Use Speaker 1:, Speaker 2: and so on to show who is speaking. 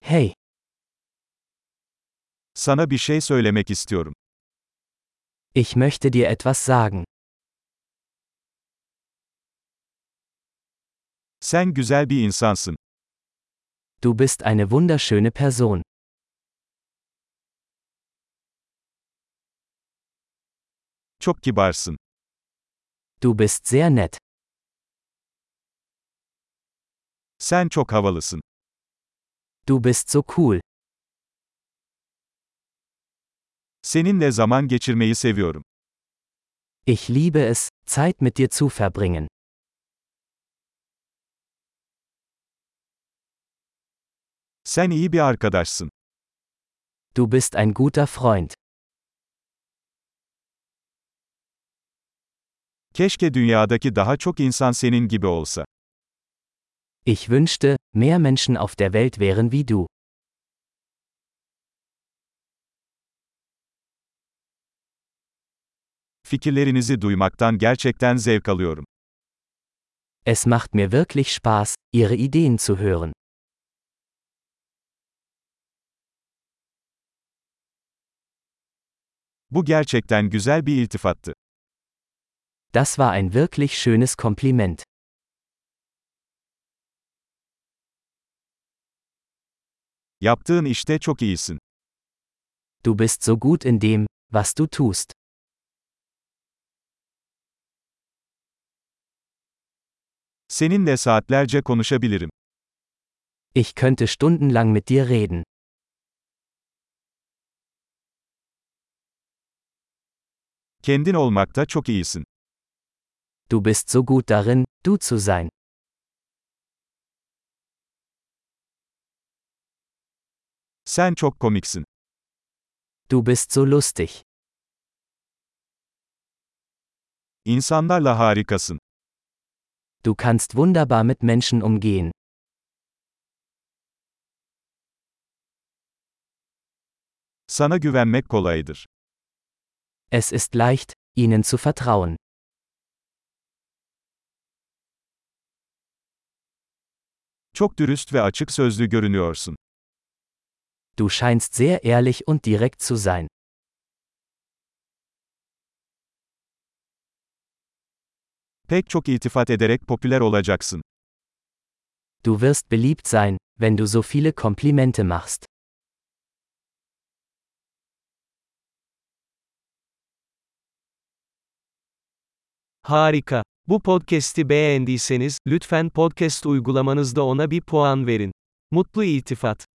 Speaker 1: Hey,
Speaker 2: Sana bir şey söylemek istiyorum.
Speaker 1: ich möchte dir etwas sagen.
Speaker 2: Sen güzel bir insansın.
Speaker 1: Du bist eine wunderschöne Person.
Speaker 2: Çok kibarsın.
Speaker 1: Du bist sehr nett.
Speaker 2: Sen çok havalısın.
Speaker 1: Du bist so cool.
Speaker 2: Seninle zaman geçirmeyi seviyorum.
Speaker 1: Ich liebe es, Zeit mit dir zu verbringen.
Speaker 2: Sen iyi bir arkadaşsın.
Speaker 1: Du bist ein guter Freund.
Speaker 2: Keşke dünyadaki daha çok insan senin gibi olsa.
Speaker 1: Ich wünschte, mehr Menschen auf der Welt wären wie du.
Speaker 2: Fikirlerinizi duymaktan gerçekten zevk alıyorum.
Speaker 1: Es macht mir wirklich Spaß, ihre Ideen zu hören.
Speaker 2: Bu gerçekten güzel bir iltifattı.
Speaker 1: Das war ein wirklich schönes Kompliment.
Speaker 2: Yaptığın işte çok iyisin.
Speaker 1: Du bist so gut in dem, was du tust.
Speaker 2: Seninle saatlerce konuşabilirim.
Speaker 1: Ich könnte stundenlang mit dir reden.
Speaker 2: Kendin olmakta çok iyisin.
Speaker 1: Du bist so gut darin, du zu sein.
Speaker 2: Sen çok komiksin.
Speaker 1: Du bist so lustig.
Speaker 2: İnsanlarla harikasın.
Speaker 1: Du kannst wunderbar mit Menschen umgehen.
Speaker 2: Sana güvenmek kolaydır.
Speaker 1: Es ist leicht, ihnen zu vertrauen.
Speaker 2: Çok dürüst ve açık sözlü görünüyorsun.
Speaker 1: Du scheinst sehr ehrlich und direkt zu sein.
Speaker 2: Pek çok iltifat ederek popüler olacaksın.
Speaker 1: Du wirst beliebt sein, wenn du so viele Komplimente machst.
Speaker 3: Harika. Bu podcast'i beğendiyseniz lütfen podcast uygulamanızda ona bir puan verin. Mutlu iltifat.